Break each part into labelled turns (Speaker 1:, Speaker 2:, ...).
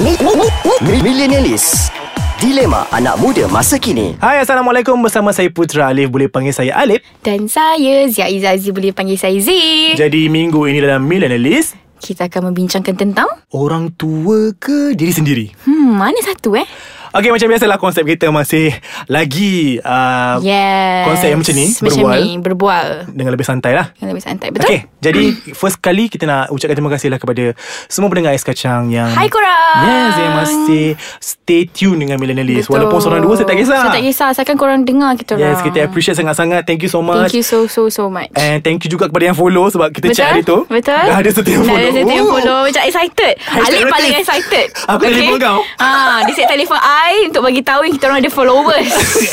Speaker 1: Mi- mi- mi- mi- Millenialis Dilema anak muda masa kini
Speaker 2: Hai Assalamualaikum Bersama saya Putra Alif Boleh panggil saya Alif
Speaker 3: Dan saya Zia Izazi boleh panggil saya Z.
Speaker 2: Jadi minggu ini dalam Millennialist
Speaker 3: Kita akan membincangkan tentang
Speaker 2: Orang tua ke diri sendiri?
Speaker 3: hmm mana satu eh?
Speaker 2: Okey macam biasalah konsep kita masih lagi
Speaker 3: Ya.
Speaker 2: uh,
Speaker 3: Yes.
Speaker 2: Konsep yang macam ni,
Speaker 3: Macam
Speaker 2: berbual.
Speaker 3: ni, berbual.
Speaker 2: dengan lebih santai lah
Speaker 3: Yang lebih santai. Betul?
Speaker 2: Okey, jadi first kali kita nak ucapkan terima kasih lah kepada semua pendengar Ais Kacang yang...
Speaker 3: Hai korang.
Speaker 2: Yes, yang masih stay tune dengan Millennialist.
Speaker 3: Betul.
Speaker 2: Walaupun seorang dua, saya tak kisah.
Speaker 3: Saya tak kisah. Asalkan korang dengar kita orang.
Speaker 2: Yes, kita appreciate sangat-sangat. Thank you so much.
Speaker 3: Thank you so, so, so much.
Speaker 2: And thank you juga kepada yang follow sebab kita check hari tu.
Speaker 3: Betul
Speaker 2: Dah ada setiap follow.
Speaker 3: Dah ada setiap
Speaker 2: Oh.
Speaker 3: follow Macam excited
Speaker 2: Hashtag
Speaker 3: Alif
Speaker 2: notice.
Speaker 3: paling excited
Speaker 2: Aku telefon kau.
Speaker 3: ah, Dia set telefon I Untuk bagi tahu Kita orang ada followers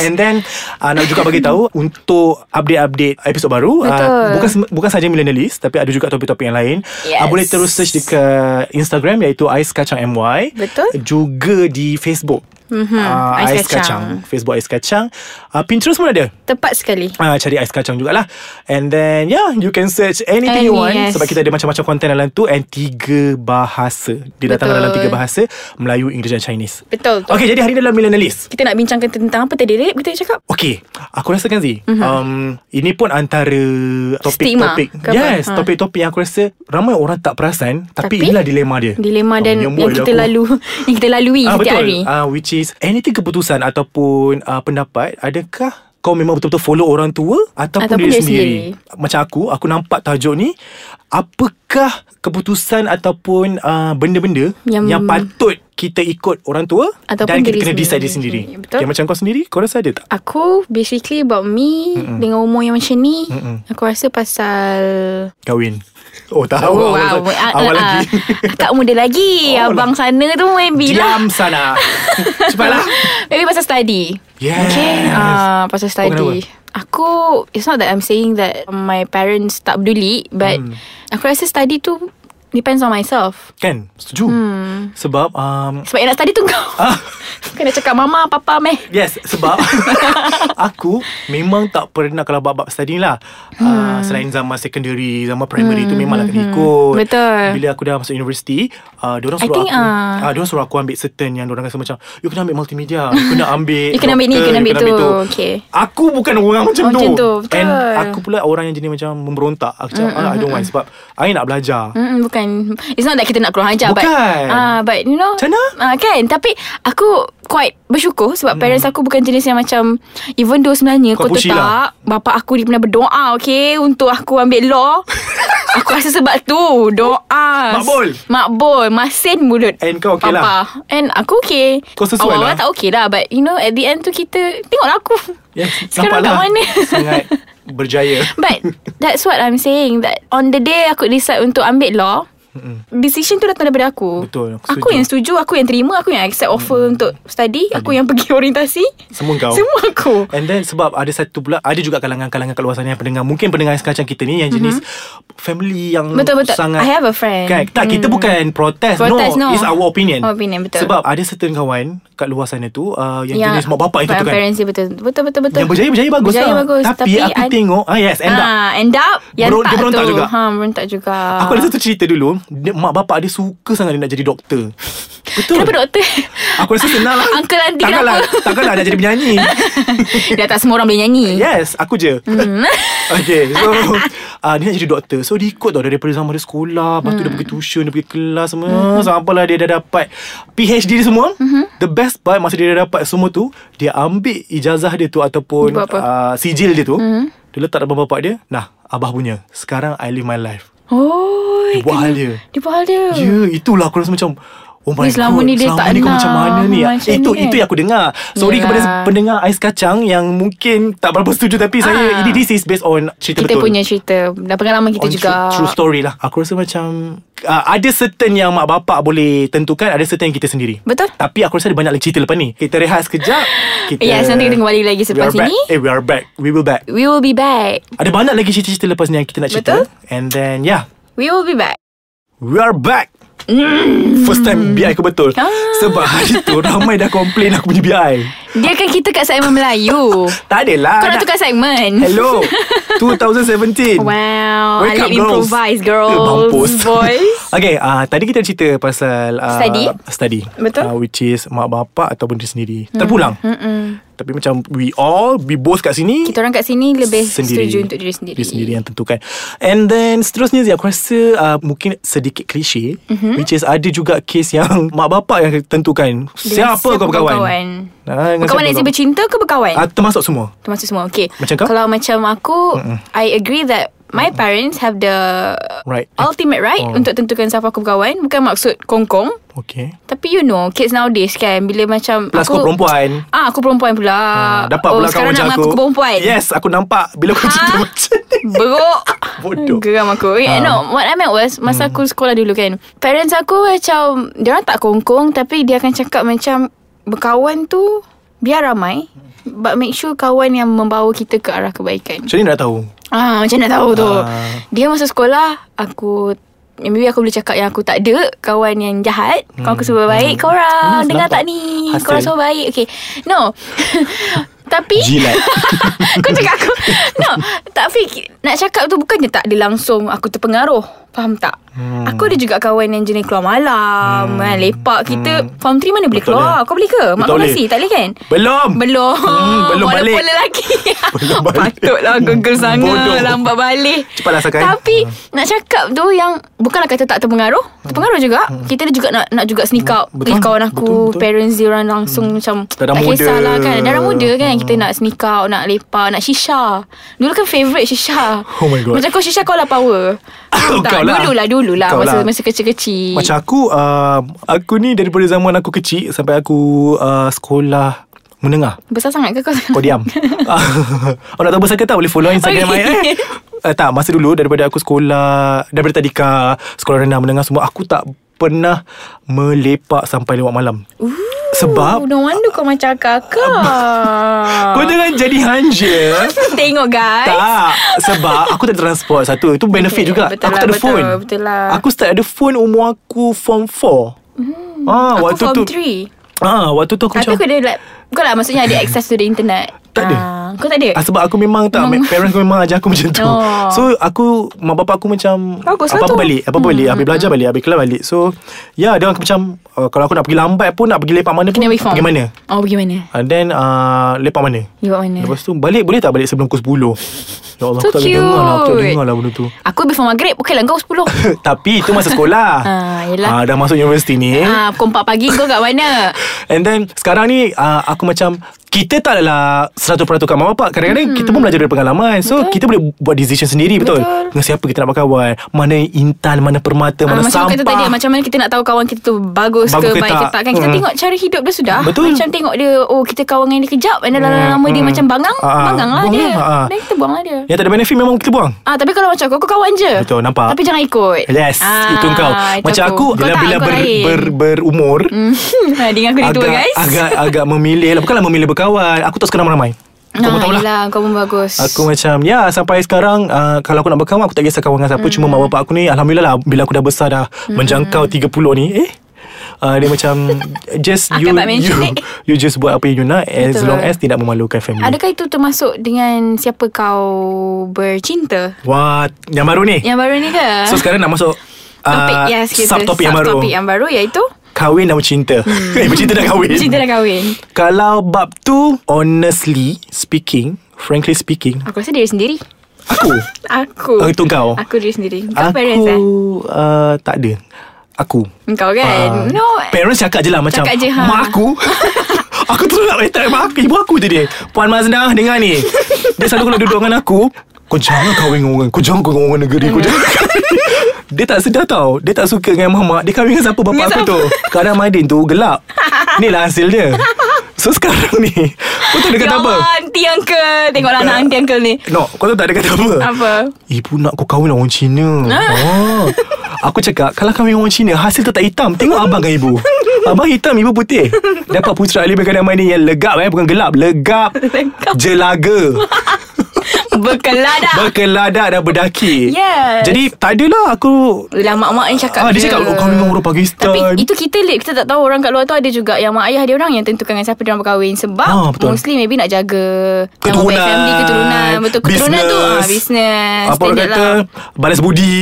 Speaker 2: And then uh, Nak juga bagi tahu Untuk update-update Episod baru uh,
Speaker 3: Betul.
Speaker 2: Bukan sem- bukan saja millennialist Tapi ada juga topik-topik yang lain Uh,
Speaker 3: Yes.
Speaker 2: Boleh terus search dekat Instagram Iaitu Ais Kacang MY
Speaker 3: Betul. Mhm.
Speaker 2: Juga di Facebook mm-hmm. uh,
Speaker 3: Ais
Speaker 2: Ais Kacang. Facebook Ais Kacang uh, Pinterest pun ada
Speaker 3: Tepat sekali
Speaker 2: Ah, cari ais kacang jugalah And then Yeah You can search anything
Speaker 3: Any,
Speaker 2: you want
Speaker 3: yes.
Speaker 2: Sebab kita ada macam-macam konten dalam tu And tiga bahasa Dia datang
Speaker 3: Betul.
Speaker 2: dalam tiga bahasa Melayu, Inggeris dan Chinese
Speaker 3: Betul tu.
Speaker 2: Okay jadi hari ni dalam Millennialist
Speaker 3: Kita nak bincangkan tentang Apa tadi Rip kita cakap
Speaker 2: Okay Aku rasa kan Zee mm-hmm. um, Ini pun antara Topik-topik
Speaker 3: Mhm. Stigma ke apa?
Speaker 2: Yes
Speaker 3: Ha.
Speaker 2: Topik-topik yang aku rasa Ramai orang tak perasan Tapi,
Speaker 3: Tapi,
Speaker 2: inilah dilema dia
Speaker 3: Dilema
Speaker 2: Oh,
Speaker 3: dan
Speaker 2: menyembul
Speaker 3: yang
Speaker 2: je
Speaker 3: kita
Speaker 2: aku.
Speaker 3: lalu Yang kita lalui
Speaker 2: Ah,
Speaker 3: setiap
Speaker 2: Betul
Speaker 3: hari
Speaker 2: ah, Which is Anything keputusan Ataupun uh, pendapat Adakah kau memang betul-betul follow orang tua Ataupun,
Speaker 3: Ataupun
Speaker 2: diri,
Speaker 3: diri
Speaker 2: sendiri. Macam aku Aku nampak tajuk ni Apakah keputusan Ataupun uh, benda-benda yang,
Speaker 3: Yang-
Speaker 2: yang patut kita ikut orang tua
Speaker 3: Ataupun
Speaker 2: Dan kita
Speaker 3: diri
Speaker 2: kena
Speaker 3: sendiri.
Speaker 2: decide diri sendiri
Speaker 3: Betul.
Speaker 2: okay, Macam kau sendiri Kau rasa ada tak?
Speaker 3: Aku basically about me Mm-mm. Dengan umur yang macam ni Mm-mm. Aku rasa pasal
Speaker 2: Kahwin Oh tahu oh, awal,
Speaker 3: wow. Ah,
Speaker 2: awal
Speaker 3: ah,
Speaker 2: lagi
Speaker 3: ah. Akak muda lagi
Speaker 2: Oh,
Speaker 3: oh, Abang sana tu maybe lah
Speaker 2: Diam sana Cepatlah
Speaker 3: Maybe pasal study
Speaker 2: Yes
Speaker 3: Okay uh, Pasal
Speaker 2: kenapa?
Speaker 3: study Aku It's not that I'm saying that My parents tak peduli But
Speaker 2: Hmm.
Speaker 3: Aku rasa study tu Depends on myself
Speaker 2: Kan Setuju hmm. Sebab um,
Speaker 3: Sebab yang nak study tu kau
Speaker 2: ah,
Speaker 3: Kena cakap mama papa meh
Speaker 2: Yes Sebab Aku Memang tak pernah Kalau bab-bab study ni lah hmm. uh, Selain zaman secondary Zaman primary tu Memanglah kena ikut
Speaker 3: Hmm, Betul.
Speaker 2: Bila aku dah masuk universiti uh, Diorang
Speaker 3: I
Speaker 2: suruh
Speaker 3: think,
Speaker 2: aku
Speaker 3: ah.
Speaker 2: uh, Diorang suruh aku ambil certain Yang diorang rasa macam You kena ambil multimedia You kena ambil
Speaker 3: You kena ambil ni,
Speaker 2: doktor,
Speaker 3: you kena ambil tu." Okay.
Speaker 2: Aku bukan orang macam tu
Speaker 3: Oh, macam tu, betul. Hmm,
Speaker 2: And aku pula orang yang jenis macam Memberontak Aku cakap ah, I don't want Sebab I nak belajar
Speaker 3: Mm-mm, bukan It's not that kita nak kurang ajar But,
Speaker 2: Bukan.
Speaker 3: uh, but you know
Speaker 2: Macam mana? Hmm.
Speaker 3: uh, Kan Tapi aku quite bersyukur Sebab mm. parents aku bukan jenis yang macam Even though sebenarnya
Speaker 2: Kau
Speaker 3: Kau,
Speaker 2: pushy
Speaker 3: tahu
Speaker 2: lah.
Speaker 3: tak Bapak aku dia pernah berdoa Okay Untuk aku ambil law Aku rasa sebab tu Doa
Speaker 2: Makbul.
Speaker 3: Makbul Masin mulut
Speaker 2: And kau okay
Speaker 3: Papa.
Speaker 2: lah.
Speaker 3: And aku okay
Speaker 2: Kau sesuai
Speaker 3: Awal-awal
Speaker 2: lah.
Speaker 3: tak okay lah But you know At the end tu kita Tengoklah aku
Speaker 2: Yes,
Speaker 3: Sekarang kat
Speaker 2: nampaklah
Speaker 3: mana
Speaker 2: Sangat berjaya
Speaker 3: But that's what I'm saying That on the day aku decide untuk ambil law Decision tu datang daripada aku
Speaker 2: Betul, aku setuju.
Speaker 3: Aku, yang setuju Aku yang terima Aku yang accept offer untuk study Aku yang pergi orientasi
Speaker 2: Semua kau
Speaker 3: Semua aku
Speaker 2: And then sebab ada satu pula Ada juga kalangan-kalangan kat luar sana Yang pendengar Mungkin pendengar sekarang kita ni Yang jenis mm-hmm. Family yang
Speaker 3: Mhm. Betul, betul.
Speaker 2: sangat
Speaker 3: I have a friend.
Speaker 2: kan? Tak kita bukan protes,
Speaker 3: Protes,
Speaker 2: no.
Speaker 3: no.
Speaker 2: It's our opinion
Speaker 3: Our opinion, betul.
Speaker 2: Sebab ada certain kawan Kat luar sana tu uh, Yang, jenis mak bapak yang tu tu kan
Speaker 3: Ya, Parents dia betul Betul betul betul
Speaker 2: Yang berjaya berjaya bagus
Speaker 3: berjaya
Speaker 2: lah
Speaker 3: bagus
Speaker 2: Tapi, aku
Speaker 3: ad-
Speaker 2: tengok ah, Yes end up
Speaker 3: Ah, end up Yang
Speaker 2: Bro- dia
Speaker 3: tak
Speaker 2: berontak
Speaker 3: tu
Speaker 2: juga.
Speaker 3: ha, Berontak juga
Speaker 2: Aku ada satu cerita dulu dia, Mak bapak dia suka sangat Dia nak jadi doktor Betul
Speaker 3: Kenapa doktor?
Speaker 2: Aku rasa senang lah
Speaker 3: Uncle Aunty
Speaker 2: Takkanlah
Speaker 3: kenapa?
Speaker 2: Takkanlah nak jadi penyanyi
Speaker 3: Dah tak semua orang boleh nyanyi
Speaker 2: Yes, aku je. Mm. okay, so uh, dia nak jadi doktor. So dia ikut tau daripada zaman dia sekolah, lepas tu dia pergi tuition, dia pergi kelas semua. Mm. Sampailah dia dah dapat PhD dia semua. Mm-hmm. The best part masa dia dah dapat semua tu, dia ambil ijazah dia tu ataupun
Speaker 3: Buat apa?
Speaker 2: uh, sijil dia tu. Mm. Dia letak depan bapak dia. Nah, abah punya. Sekarang I live my life.
Speaker 3: Oh
Speaker 2: Dia buat hal dia.
Speaker 3: Dia buat hal dia
Speaker 2: Ya, yeah, itulah aku rasa macam Oh my
Speaker 3: Ni
Speaker 2: God,
Speaker 3: selama ni dia
Speaker 2: selama
Speaker 3: tak
Speaker 2: ni kau
Speaker 3: nak
Speaker 2: macam mana ni Eh,
Speaker 3: macam
Speaker 2: Itu
Speaker 3: ni,
Speaker 2: itu
Speaker 3: kan?
Speaker 2: yang aku dengar Sorry
Speaker 3: Yelah.
Speaker 2: kepada pendengar Ais Kacang Yang mungkin tak berapa setuju Tapi saya
Speaker 3: Ah.
Speaker 2: ini This is based on cerita
Speaker 3: Kita
Speaker 2: betul
Speaker 3: punya cerita Dan pengalaman
Speaker 2: on
Speaker 3: kita juga
Speaker 2: true, true story lah Aku rasa macam uh, Ada certain yang mak bapak boleh tentukan Ada certain yang kita sendiri
Speaker 3: Betul.
Speaker 2: Tapi aku rasa ada banyak lagi cerita lepas ni Kita rehat sekejap kita,
Speaker 3: Yes, nanti kita kembali lagi selepas
Speaker 2: we are
Speaker 3: ini.
Speaker 2: back. Eh we are back We will back
Speaker 3: We will be back.
Speaker 2: Ada banyak lagi cerita-cerita lepas ni Yang kita nak cerita
Speaker 3: Betul.
Speaker 2: And then yeah
Speaker 3: We will be back.
Speaker 2: We are back
Speaker 3: Mm. Ah.
Speaker 2: First time BI aku betul Sebab hari tu Ramai dah komplain aku punya BI
Speaker 3: Dia kan kita kat segmen Melayu
Speaker 2: Tak adalah
Speaker 3: Kau nak tukar segmen
Speaker 2: Hello 2017
Speaker 3: Wow
Speaker 2: Wake up, girls.
Speaker 3: I love improvise
Speaker 2: Eh,
Speaker 3: girls
Speaker 2: mampus.
Speaker 3: Boys
Speaker 2: Okay uh, Tadi kita cerita pasal uh,
Speaker 3: Study.
Speaker 2: Study
Speaker 3: Betul.
Speaker 2: uh, Which is Mak bapak Ataupun diri sendiri hmm. Terpulang hmm. Tapi macam We all We both kat sini
Speaker 3: Kita orang kat sini Lebih
Speaker 2: sendiri.
Speaker 3: setuju untuk diri sendiri
Speaker 2: Diri sendiri yang tentukan And then Seterusnya Zia, Aku rasa uh, Mungkin sedikit klise mm-hmm.
Speaker 3: Mhm.
Speaker 2: Which is ada juga Kes yang Mak bapak yang tentukan
Speaker 3: Dengan
Speaker 2: Siapa, kau berkawan
Speaker 3: berkawan?
Speaker 2: Ah, dengan siapa
Speaker 3: Berkawan nak
Speaker 2: kau-
Speaker 3: bercinta ke berkawan?
Speaker 2: uh, Termasuk semua
Speaker 3: Termasuk semua Okay
Speaker 2: Macam kau?
Speaker 3: Kalau macam aku I agree that My parents have the
Speaker 2: Right.
Speaker 3: Ultimate right
Speaker 2: Oh.
Speaker 3: Untuk tentukan siapa aku berkawan Bukan maksud kongkong
Speaker 2: Okay
Speaker 3: Tapi you know Kids nowadays kan Bila macam
Speaker 2: Plus kau perempuan
Speaker 3: Ah, aku perempuan pula.
Speaker 2: uh, Dapat pula kau
Speaker 3: Ah, oh, sekarang
Speaker 2: macam
Speaker 3: nak
Speaker 2: aku
Speaker 3: mengaku perempuan.
Speaker 2: Yes aku nampak Bila kau cerita
Speaker 3: Ha?
Speaker 2: macam ni
Speaker 3: Beruk
Speaker 2: Bodoh. Hmm.
Speaker 3: Geram aku eh,
Speaker 2: Ha.
Speaker 3: No What I meant was Masa aku sekolah dulu kan Parents aku macam Dia orang tak kongkong Tapi dia akan cakap macam Berkawan tu Biar ramai But make sure kawan yang membawa kita ke arah kebaikan
Speaker 2: Macam ni nak tahu
Speaker 3: Ah, Macam nak tahu tu
Speaker 2: Ah.
Speaker 3: Dia masa sekolah Aku Maybe aku boleh cakap yang aku tak ada Kawan yang jahat Kawan aku sebab baik Korang
Speaker 2: Hmm,
Speaker 3: dengar
Speaker 2: nampak.
Speaker 3: tak ni
Speaker 2: Hasil.
Speaker 3: Korang sebab baik Okay No Tapi
Speaker 2: Jilat
Speaker 3: Kau cakap aku No Tak fikir Nak cakap tu bukannya tak ada langsung Aku terpengaruh Faham tak? Hmm. Aku ada juga kawan yang jenis keluar malam hmm. kan, Lepak kita hmm. Form 3 mana boleh
Speaker 2: Betul
Speaker 3: keluar
Speaker 2: dia.
Speaker 3: Kau boleh ke? Mak
Speaker 2: Betul
Speaker 3: kau
Speaker 2: dia.
Speaker 3: kasih Tak boleh kan?
Speaker 2: Belum
Speaker 3: Belum
Speaker 2: Hmm, belum
Speaker 3: Walaupun
Speaker 2: balik.
Speaker 3: lelaki
Speaker 2: Belum balik.
Speaker 3: Patutlah gegel sangat lah,
Speaker 2: Bodoh.
Speaker 3: Lambat balik
Speaker 2: Cepatlah Hmm. sakai.
Speaker 3: Tapi Nak cakap tu yang Bukanlah kata tak terpengaruh Terpengaruh juga Kita ada juga nak nak juga sneak out
Speaker 2: Hmm. Betul,
Speaker 3: Eh kawan aku
Speaker 2: betul, betul.
Speaker 3: Parents dia orang langsung macam
Speaker 2: Darah
Speaker 3: Tak
Speaker 2: muda.
Speaker 3: kisahlah kan Darah muda kan Kita nak sneak out Nak lepak Nak shisha Dulu kan favourite shisha
Speaker 2: Oh my God.
Speaker 3: Macam kau shisha kau lah power
Speaker 2: Kau
Speaker 3: Tak,
Speaker 2: lah.
Speaker 3: Dulu lah dulu lah
Speaker 2: Kau
Speaker 3: Masa,
Speaker 2: lah.
Speaker 3: masa kecil-kecil
Speaker 2: Macam aku uh, Aku ni daripada zaman aku kecil Sampai aku uh, sekolah Menengah
Speaker 3: Besar sangat ke kau
Speaker 2: Kau diam Awak nak tahu besar ke tak Boleh follow Instagram
Speaker 3: Okay.
Speaker 2: okay. eh uh, Tak masa dulu Daripada aku sekolah Daripada tadika Sekolah rendah menengah semua Aku tak pernah Melepak sampai lewat malam Ooh, Sebab
Speaker 3: Oh, No wonder kau macam kakak
Speaker 2: Kau jangan jadi hanja
Speaker 3: Tengok guys
Speaker 2: Tak Sebab aku tak ada transport Satu Itu benefit
Speaker 3: Okay,
Speaker 2: juga
Speaker 3: betul
Speaker 2: Aku
Speaker 3: lah,
Speaker 2: tak ada
Speaker 3: betul,
Speaker 2: phone
Speaker 3: betul lah.
Speaker 2: Aku start ada phone Umur aku form 4 hmm. ah,
Speaker 3: Aku
Speaker 2: waktu
Speaker 3: form
Speaker 2: tu,
Speaker 3: 3
Speaker 2: Ah, Waktu tu aku
Speaker 3: Tapi
Speaker 2: macam
Speaker 3: aku ada like Bukan lah maksudnya ada access to the internet
Speaker 2: Tak ada.
Speaker 3: Ah, Kau tak ada?
Speaker 2: ah, Sebab aku memang tak
Speaker 3: Memang-
Speaker 2: Parents aku memang ajar aku macam tu
Speaker 3: Oh.
Speaker 2: So aku Mak bapak aku macam
Speaker 3: Bagus lah
Speaker 2: Apa-apa
Speaker 3: tu.
Speaker 2: balik Apa-apa balik Habis belajar balik Habis kelas balik So Ya yeah, dia orang macam uh, Kalau aku nak pergi lambat pun Nak pergi lepak mana pun
Speaker 3: Kena reform
Speaker 2: Pergi mana
Speaker 3: Oh pergi mana?
Speaker 2: And then uh, Lepak mana
Speaker 3: You buat mana?
Speaker 2: Lepas tu balik boleh tak balik sebelum pukul 10 Ya Allah
Speaker 3: So
Speaker 2: aku tak boleh dengar
Speaker 3: cute.
Speaker 2: lah Aku tak dengar lah benda tu
Speaker 3: Aku before maghrib Okay lah kau 10
Speaker 2: Tapi itu masa sekolah
Speaker 3: Ah,
Speaker 2: Ah,
Speaker 3: yelah.
Speaker 2: Dah masuk universiti ni
Speaker 3: Ah, Pukul 4 pagi kau kat mana?
Speaker 2: And then Sekarang ni uh, Aku macam Kita tak adalah 100% kat mak bapak Kadang-kadang hmm. kita pun belajar dari pengalaman So betul. kita boleh buat decision sendiri Betul,
Speaker 3: Betul.
Speaker 2: Dengan siapa kita nak berkawan Mana yang intan Mana permata
Speaker 3: Ah,
Speaker 2: Mana
Speaker 3: macam
Speaker 2: sampah
Speaker 3: kata tadi Macam mana kita nak tahu kawan kita tu Bagus,
Speaker 2: Bagus
Speaker 3: ke
Speaker 2: ke
Speaker 3: baik
Speaker 2: tak.
Speaker 3: ke tak kan Kita
Speaker 2: Hmm.
Speaker 3: tengok cara hidup dia sudah
Speaker 2: Betul.
Speaker 3: Macam tengok dia Oh kita kawan dengan dia kejap Dan lama-lama dia
Speaker 2: hmm.
Speaker 3: macam bangang
Speaker 2: Ah, ah.
Speaker 3: Bangang lah
Speaker 2: Buang
Speaker 3: dia
Speaker 2: lah, ah.
Speaker 3: Dan kita buang lah dia
Speaker 2: Yang tak ada benefit Memang kita buang
Speaker 3: Ah, tapi kalau macam aku, aku kawan je.
Speaker 2: Betul, nampak.
Speaker 3: Tapi jangan ikut.
Speaker 2: Yes Itu kau
Speaker 3: Ah, itu
Speaker 2: Macam aku
Speaker 3: Kau
Speaker 2: Bila,
Speaker 3: tak,
Speaker 2: bila
Speaker 3: kau
Speaker 2: ber,
Speaker 3: lain.
Speaker 2: ber, berumur
Speaker 3: Ha, Dengan aku dia tua,
Speaker 2: agak,
Speaker 3: guys.
Speaker 2: agak agak memilih lah Bukanlah memilih berkawan Aku tak suka ramai-ramai Kau pun
Speaker 3: Nah,
Speaker 2: tahu lah
Speaker 3: Ah, yelah, kau pun bagus.
Speaker 2: Aku macam Ya sampai sekarang uh, Kalau aku nak berkawan Aku tak kisah kawan dengan siapa mm. Cuma
Speaker 3: Hmm.
Speaker 2: mak bapak aku ni Alhamdulillah lah Bila aku dah besar dah mm. Menjangkau 30 ni Eh Uh, dia macam Just
Speaker 3: Akak
Speaker 2: you you,
Speaker 3: tak mention, eh.
Speaker 2: you just buat apa yang you nak As
Speaker 3: Betul.
Speaker 2: long as Tidak memalukan family
Speaker 3: Adakah itu termasuk dengan siapa kau bercinta?
Speaker 2: Wah Yang baru ni
Speaker 3: Yang baru ni ke?
Speaker 2: So sekarang nak masuk
Speaker 3: Ya. Topik,
Speaker 2: ah,
Speaker 3: yes, kita.
Speaker 2: Subtopik yang baru
Speaker 3: Subtopik yang baru iaitu
Speaker 2: Kahwin dan bercinta Eh bercinta dan kahwin
Speaker 3: cinta dan kahwin.
Speaker 2: Kalau bab tu Honestly Speaking Frankly speaking
Speaker 3: Aku rasa diri sendiri.
Speaker 2: Aku
Speaker 3: Aku.
Speaker 2: Oh, itu kau.
Speaker 3: Aku diri sendiri.
Speaker 2: Aku
Speaker 3: Kau parents eh?
Speaker 2: uh, Tak ada Aku
Speaker 3: Engkau
Speaker 2: Ah,
Speaker 3: kan? no.
Speaker 2: Parents cakap je lah Macam
Speaker 3: Cakap je, ha.
Speaker 2: Mak aku Aku terus nak letak mak aku Ibu aku je dia Puan Mazna Dengar ni Dia selalu kalau duduk dengan aku Kau jangan kahwin dengan orang Kau jangan kahwin dengan orang negeri Kau jangan Dia tak sedar tau Dia tak suka dengan mamak Dia kahwin dengan siapa Bapak
Speaker 3: Dengan
Speaker 2: aku
Speaker 3: siapa?
Speaker 2: tu Kadang Madin tu gelap Inilah hasil dia So sekarang ni Kau tak ada
Speaker 3: Ya
Speaker 2: kata apa
Speaker 3: Allah, auntie uncle. Tengoklah anak auntie uncle ni.
Speaker 2: No Kau tahu tak ada kata apa
Speaker 3: Apa? Ha.
Speaker 2: Ibu nak kau kahwin dengan orang Cina oh. Aku cakap Kalau kahwin dengan orang Cina Hasil tetap hitam Tengok abang dengan ibu Abang hitam Ibu putih Dapat putera Ali Berkadang mani Yang legap eh Bukan gelap Legap
Speaker 3: Legap.
Speaker 2: Jelaga
Speaker 3: Berkeladak
Speaker 2: Berkeladak dan berdaki
Speaker 3: Yes.
Speaker 2: Jadi tak adalah aku
Speaker 3: lah mak-mak yang cakap
Speaker 2: Ah, dia cakap, "Oh, kau memang orang Pakistan."
Speaker 3: Tapi itu kita late Kita tak tahu orang kat luar tu Ada juga yang mak ayah dia orang Yang tentukan dengan siapa dia orang berkahwin Sebab
Speaker 2: Ah,
Speaker 3: ah,
Speaker 2: betul.
Speaker 3: mostly maybe nak jaga nama
Speaker 2: keturunan
Speaker 3: baik family, Keturunan Betul keturunan tu ah,
Speaker 2: business.
Speaker 3: Business
Speaker 2: Apa orang
Speaker 3: Standard
Speaker 2: kata
Speaker 3: lah.
Speaker 2: Balas budi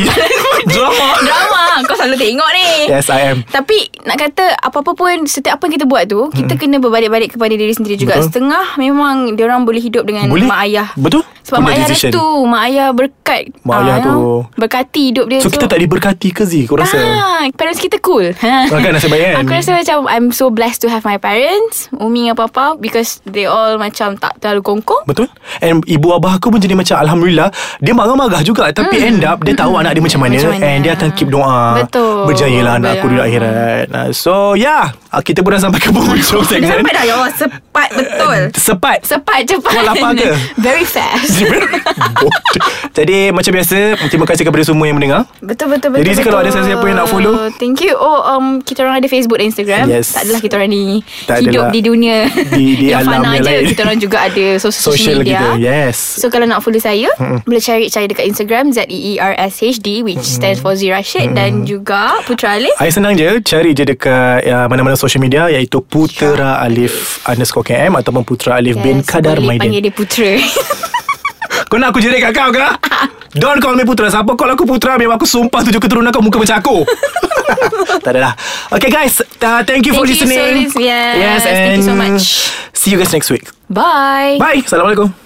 Speaker 2: Drama
Speaker 3: Drama Kau selalu tengok ni
Speaker 2: Yes I am
Speaker 3: Tapi nak kata apa-apa pun setiap apa yang kita buat tu kita kena berbalik-balik kepada diri sendiri juga.
Speaker 2: Hmm. Betul.
Speaker 3: Setengah memang dia orang boleh hidup dengan
Speaker 2: Boleh
Speaker 3: mak ayah.
Speaker 2: Betul
Speaker 3: Sebab
Speaker 2: Boleh
Speaker 3: mak ayah
Speaker 2: decision.
Speaker 3: restu, mak ayah berkat. ah,
Speaker 2: Mak ayah
Speaker 3: you
Speaker 2: tu.
Speaker 3: know, berkati hidup dia
Speaker 2: So
Speaker 3: tu.
Speaker 2: kita tak diberkati ke Z Kau rasa
Speaker 3: Ah, parents kita cool. Ha.
Speaker 2: Ah, kan, nasib baik kan?
Speaker 3: Aku rasa macam I'm so blessed to have my parents, Umi dengan Papa because they all macam tak terlalu kongkong.
Speaker 2: Betul And ibu abah aku pun jadi macam Alhamdulillah Dia marah-marah juga Tapi end up Dia tahu anak dia macam mana,
Speaker 3: Hmm. Macam mana.
Speaker 2: And dia akan keep doa
Speaker 3: Betul.
Speaker 2: Berjayalah anak aku di
Speaker 3: Berjayalah.
Speaker 2: akhirat Ah, So yeah Ah, Kita pun dah sampai ke penghujung
Speaker 3: Dah
Speaker 2: segmen
Speaker 3: sampai dah ya Allah sepat betul.
Speaker 2: Sepat
Speaker 3: Sepat cepat.
Speaker 2: kan? Kau lapar ke?
Speaker 3: Very fast.
Speaker 2: Bodoh. Jadi macam biasa Terima kasih kepada semua yang mendengar
Speaker 3: Betul betul betul.
Speaker 2: Jadi,
Speaker 3: betul,
Speaker 2: kalau ada sesiapa yang nak follow.
Speaker 3: Thank you. Oh um kita orang ada Facebook dan Instagram.
Speaker 2: Yes.
Speaker 3: Tak adalah kita orang ni
Speaker 2: Tak adalah.
Speaker 3: hidup di dunia
Speaker 2: Di- di
Speaker 3: yang
Speaker 2: alam
Speaker 3: fana
Speaker 2: yang
Speaker 3: je.
Speaker 2: lain.
Speaker 3: Kita orang juga ada social,
Speaker 2: Social
Speaker 3: media.
Speaker 2: kita Yes
Speaker 3: So kalau nak follow saya mm Boleh cari saya dekat Instagram E Z-E-E-R-S-H-D Which stands for Zira Syed Dan juga Putra Alif
Speaker 2: Saya senang je Cari je dekat ya, Mana-mana social media Iaitu Putera Alif Underscore KM Ataupun Putera Alif bin
Speaker 3: Yes,
Speaker 2: Kadar
Speaker 3: boleh panggil
Speaker 2: Maiden
Speaker 3: dia Putra
Speaker 2: Kau nak aku jerit kat kau ke? Don't call me Putera Siapa call aku Putera Memang aku sumpah tujuh keturunan kau Muka macam aku Tak adalah Okay guys uh, Thank you for
Speaker 3: Thank you so
Speaker 2: listening
Speaker 3: much. Yes,
Speaker 2: yes and
Speaker 3: thank you so much.
Speaker 2: See you guys next week
Speaker 3: Bye
Speaker 2: Bye Assalamualaikum